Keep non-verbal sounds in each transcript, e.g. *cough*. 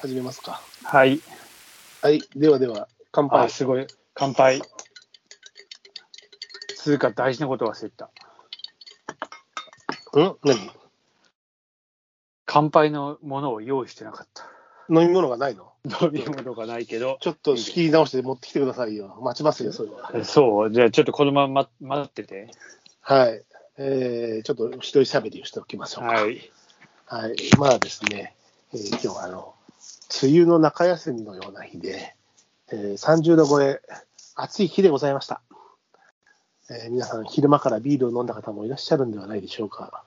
始めますか。はい。はい。ではでは、乾あ、杯。すごい。乾杯。つうか、大事なこと忘れてた。うん何乾杯のものを用意してなかった。飲み物がないの飲み物がないけど。ちょっと仕切り直して持ってきてくださいよ。待ちますよ、それは。そう。じゃあ、ちょっとこのまま待ってて。はい。えー、ちょっと一人喋りをしておきましょうか。はい。はい。まあですね、えー今日はあの、梅雨の中休みのような日で、えー30度超え、暑い日でございました。えー皆さん、昼間からビールを飲んだ方もいらっしゃるんではないでしょうか。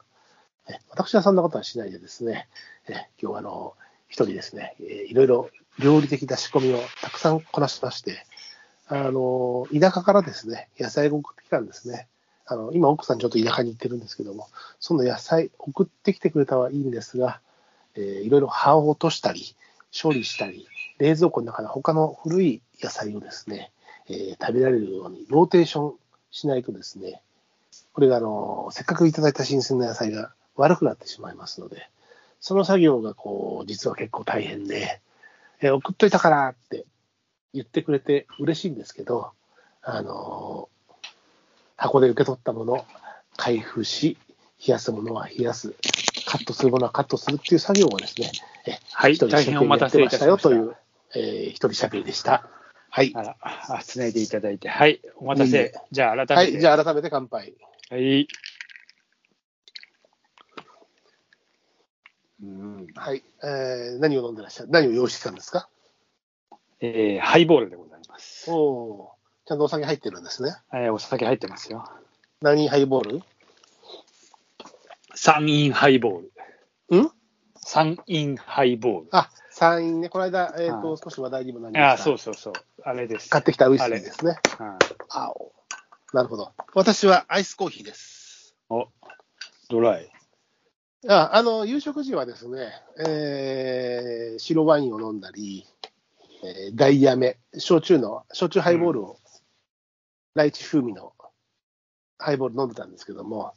え私はそんなことはしないでですね、え今日はあの、一人ですね、えーいろいろ料理的出し込みをたくさんこなしまして、あの、田舎からですね、野菜を送ってきたんですね。あの、今奥さんちょっと田舎に行ってるんですけども、その野菜送ってきてくれたはいいんですが、えーいろいろ葉を落としたり、処理したり、冷蔵庫の中の他の古い野菜をですね、えー食べられるようにローテーションしないとですね、これがあの、せっかくいただいた新鮮な野菜が悪くなってしまいますので、その作業がこう、実は結構大変で、えー送っといたからって言ってくれて嬉しいんですけど、あの箱で受け取ったもの、開封し、冷やすものは冷やす、カットするものはカットするっていう作業をですね、えはい一人大変お待たせいたしました一人喋りやってましたよという、えー、一人喋りでした。はい。あら、あつないでいただいて。はい。お待たいいねせ。じゃあ、は改めい、て。じゃあ改めて乾杯。はい。うんはい。えー、何を飲んでらっしゃる何を用意してたんですかえー、ハイボールでございます。おおーちゃんとお酒入ってるんですね。えーお酒入ってますよ。何ハイボー三ンハイボール。ルん三ンハイボール。あ、山陰ね。この間、えっ、と、はい少し話題にもなりました。ああ、そうそうそう。あれです。買ってきたウイスキーですね。うん青。なるほど。私はアイスコーヒーです。お、ドライ。ああの、夕食時はですね、えー白ワインを飲んだり、えー、ダイヤメ、焼酎の、焼酎ハイボールを、ライチ風味のハイボール飲んでたんですけども、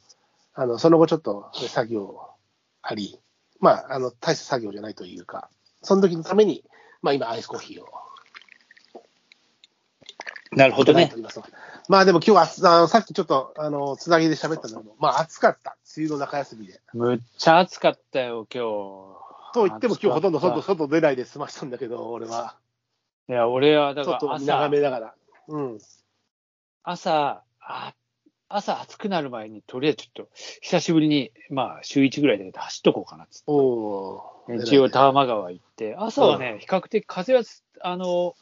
あの、その後ちょっと作業あり、まあ、あの、大した作業じゃないというか、その時のために、まあ今、アイスコーヒーをなるほどいねてお。りますまあでも今日はあの、さっきちょっと、あの、つなぎで喋ったんだけど、まあ暑かった。梅雨の中休みで。むっちゃ暑かったよ、今日。と言っても今日ほとんど外、暑かっ外出ないで済ましたんだけど、俺は。たいや、俺はだか外らを眺朝め、ながら。うん。朝、あ朝暑くなる前に、とりあえずちょっと、久しぶりに、まあ、週1ぐらいだけど走っとこうかなっつっておお。一応、多摩川行って、朝はね、比較的風はす、あの、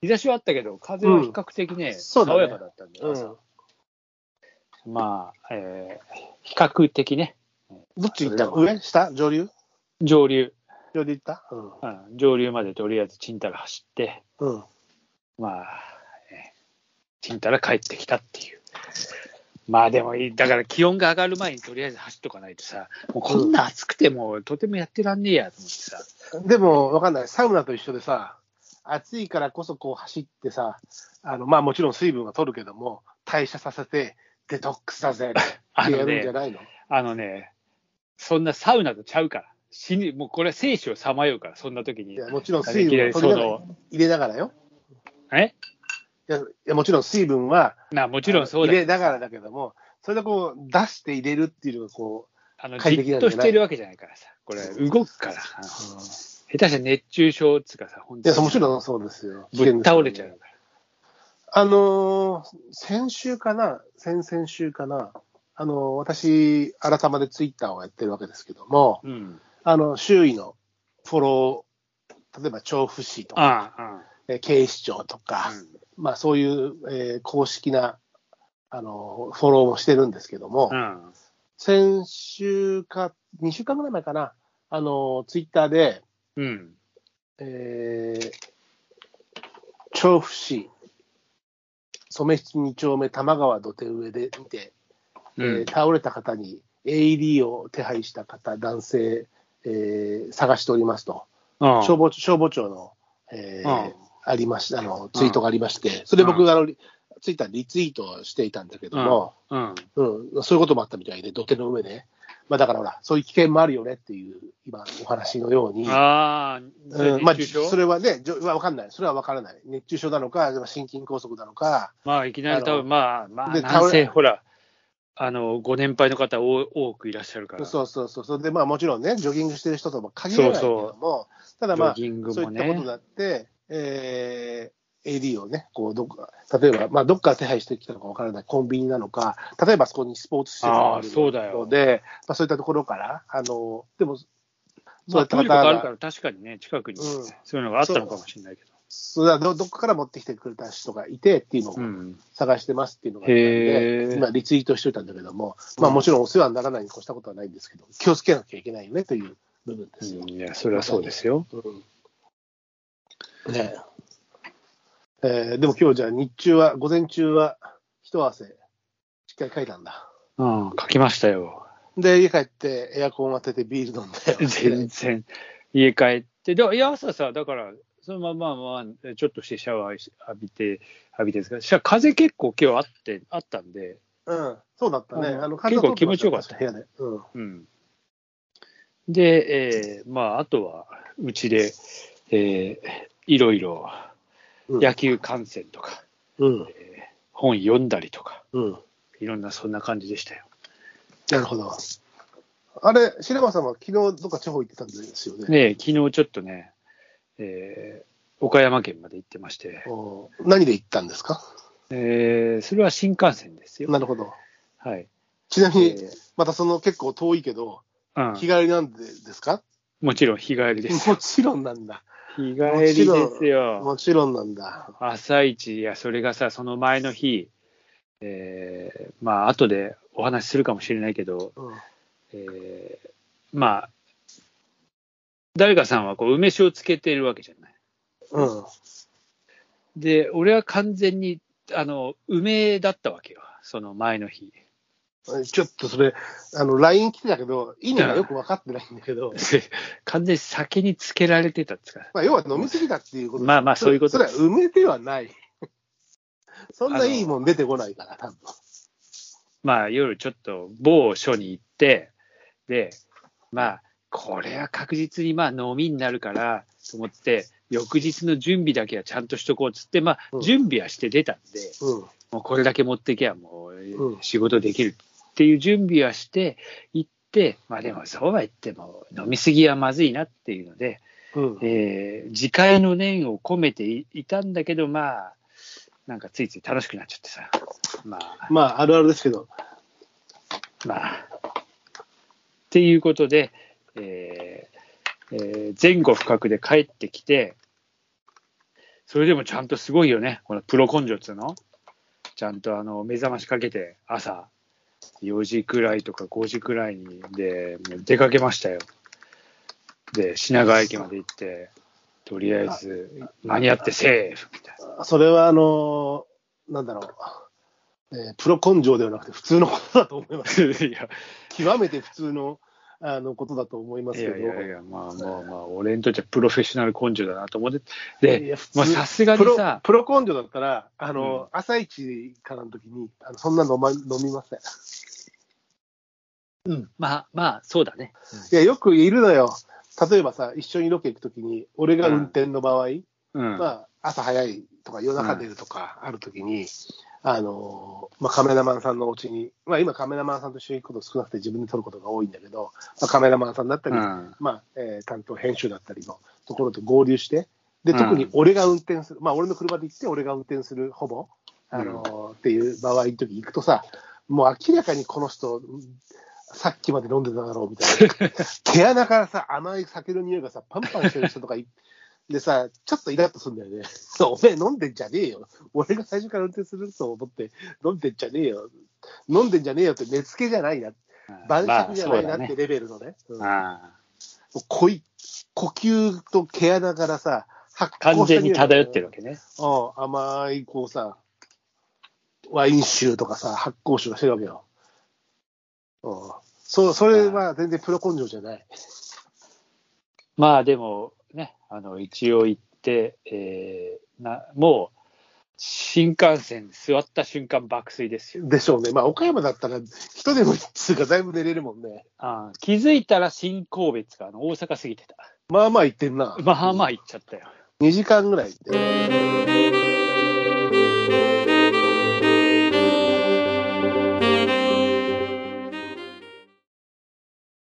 日差しはあったけど、風は比較的ね、そうだね爽やかだったんで、うん。朝どまあ、えー比較的ね、っち行ったの上下上流上流、上流行ったうん、上流までとりあえずちんたら走って、うん。うん。まあ、ちんたら帰ってきたっていう。まあでもいい、だから気温が上がる前にとりあえず走っとかないとさ、もうこんな暑くてもうとてもやってらんねえやと思ってさ、でも、わかんない。サウナと一緒でさ、暑いからこそこう走ってさ、あの、まあもちろん水分は取るけども、代謝させて、デトックスだぜってやるんじゃないのあのね、そんなサウナとちゃうから、死に、もうこれは生死をさまようから、そんな時にい。やもちろんあのい水き分なをりそ取りながらの、入れながらよ。えいやいやもちろん水分はなもちろんそうだ入れけどながらだけども、それでこう出して入れるっていうのがこあの、快じ適なんじっゃないとしてるわけじゃないからさ、これ、動くから、あう、のい下手したら熱中症っつうかさ、本や、もちんろんそうですよ。ぶっ倒れちゃうから。あのー先週かな、先々週かな、あのー私、改までツイッターをやってるわけですけども、うん。あの、周囲のフォロー、例えば調布市とか、ああ、あえ警視庁とあか、うんまあそういう、えー公式な、あのーフォローもしてるんですけども、うん。先週か、2週間ぐらい前かな、あの、ツイッターで、うん。えー、調布市、染七二丁目玉川土手上で見て、うえんー。倒れた方に AED を手配した方、男性、えー探しておりますと、うん消防消防庁の、えーうんありましあのツイートがありまして、それ僕、あのツイッターでリツイートしていたんだけども、うん。うん、そういうこともあったみたいで、土手の上で、まあ、だからほら、そういう危険もあるよねっていう今お話のように。ああ、うんまあ、熱中症それはね、じょわかんない。それはわからない。熱中症なのか、でも心筋梗塞なのか、まあ、いきなり多あの分まあ、まあ、で男倒れ性、ほら、あの、ご年配の方お多くいらっしゃるから、そうそうそうそう。で、まあもちろんね、ジョギングしてる人とも限らないけども、ただまあ、ジョギングそうもいったことね。だって、えー AD をね、こうどっか例えば、まあ、どっから手配してきたのかわからない、コンビニなのか、例えばそこにスポーツ施設がああーそうだるよので、まあ、そういったところから、あのでも、そうまいあ、ったト方イレとかあるかが、ら、確かにね、近くに、うんそういうのがあったのかもしれないけど。そうだどどっかから持ってきてくれた人がいてっていうのをうん。探してますっていうのがあったんで、へえ。今、リツイートしておいたんだけども、まあ、もちろんお世話にならないに越したことはないんですけど、気をつけなきゃいけないよねという部分ですよ。いや、それはそうですよ。うんねええーでも今日じゃあ日中は、午前中は一汗しっかりかいたんだ。うん、書きましたよ。で、家帰ってエアコン当ててビール飲んだよ全。然、家帰って、でもいや、朝さ、だから、そのまま、まあ、ちょっとしてシャワーし浴びて、浴びてですか、しゃ風結構今日あって、あったんで、うん、そうだったね。うんあの結構気持ちよかっ。た風邪取れましうん。で、えーまあ、あとは、うちで、えーいろいろ、うん野球観戦とか、部屋で。本読んだりとか、うん、うん。いろんな、そんな感じでしたよ。なるほど。あれ、白間さんは昨日どっか地方行ってたんですよね。で、昨日ちょっとね、えー岡山県まで行ってまして、お何で行ったんですかえーそれは新幹線ですよ。なるほど。はい。ちなみえに、ーまたその結構遠いけど、うん日帰りなんでですかもちろん日帰りです。もちろんなんだ。日帰もちりろんですよ。もちろんなんだ。朝一、いや、それがさ、その前の日、えーまあ、後でお話しするかもしれないけど、うんえーまあ、誰かさんはこう梅酒をつけてるわけじゃない。うん。で、俺は完全に、あの、梅だったわけよ。その前の日。 *laughs* ちょっとそれ、あの、LINE 来てたけど、意味がよく分かってないんだけど、完全に酒につけられてたっつうか。まあ、要は飲みすぎたっていうことまあまあそういうことそれは埋めでは *laughs* ない。そんないいもん出てこないから、多分。まあ夜ちょっと某所に行って、で、まあ、これは確実にまあ飲みになるからと思って、翌日の準備だけはちゃんとしとこうっつって、まうんあ準備はして出たんで、うん。もうこれだけ持ってきゃもうんう仕事できるっていう準備はして行って、まあでもそうは言っても飲みすぎはまずいなっていうので、うん。えー自戒の念を込めていいたんだけど、まあ、なんかついつい楽しくなっちゃってさ、まあ、まあ、あるあるですけど、まあ。っていうことで、えーえー前後不覚で帰ってきて、それでもちゃんとすごいよね、このプロ根性っつうの。ちゃんとあの目覚ましかけて、朝4時くらいとか5時くらいにでもう出かけましたよ。で、品川駅まで行って、とりあえず間に合ってセーフみたいな。それは、あのなんだろう、えープロ根性ではなくて、普通のことだと思います。いや極めて普通の、あの、ことだと思いますいけど。やいやいや、まあまあまあ、俺にとってはプロフェッショナル根性だなと思って、で、いや普通まあさすがにさプロプロ根性だったら、あの、うん朝一からの時に、あのそんな飲ま、飲みません。うん、まあまあ、そうだね。いや、よくいるのよ。例えばさ、一緒にロケ行く時に、俺が運転の場合、うん。まあ、朝早いとか夜中出るとかある時に、あの、まあ、カメラマンさんのお家に、まあ、今カメラマンさんと一緒に行くこと少なくて自分で撮ることが多いんだけど、まあ、カメラマンさんだったり、うんまあ、えー担当編集だったりのところと合流して、で、うん特に俺が運転する、まあ、俺の車で行って、俺が運転するほぼ、あのーっていう場合の時行くとさ、もう明らかにこの人、さっきまで飲んでただろうみたいな。毛穴からさ、甘い酒の匂いがさ、パンパンしてる人とかいでさ、ちょっとイラッとするんだよね。 *laughs* そうおめえ飲んでんじゃねえよ。俺が最初から運転すると思って、飲んでんじゃねえよ。飲んでんじゃねえよって寝付けじゃないな。晩酌じゃないなってレベルのね。うんあもう濃い、呼吸と毛穴からさ、発あ完全に漂ってる。るわけね。うん、甘い、こうさ、ワイン酒とかさ、発酵酒がしてるわけよ。うん。そう、それは全然プロ根性じゃない。まあでも、ね、あの、一応行って、えーなも新幹線座った瞬間爆睡ですよ。でしょうね。まあ、岡山だったら、人でも一通がだいぶ寝れるもんね。あー気づいたら新神戸っつうか、あの、大阪過ぎてた。まあまあ行ってんな。まあまあ行っちゃったよ。 2時間ぐらい行って。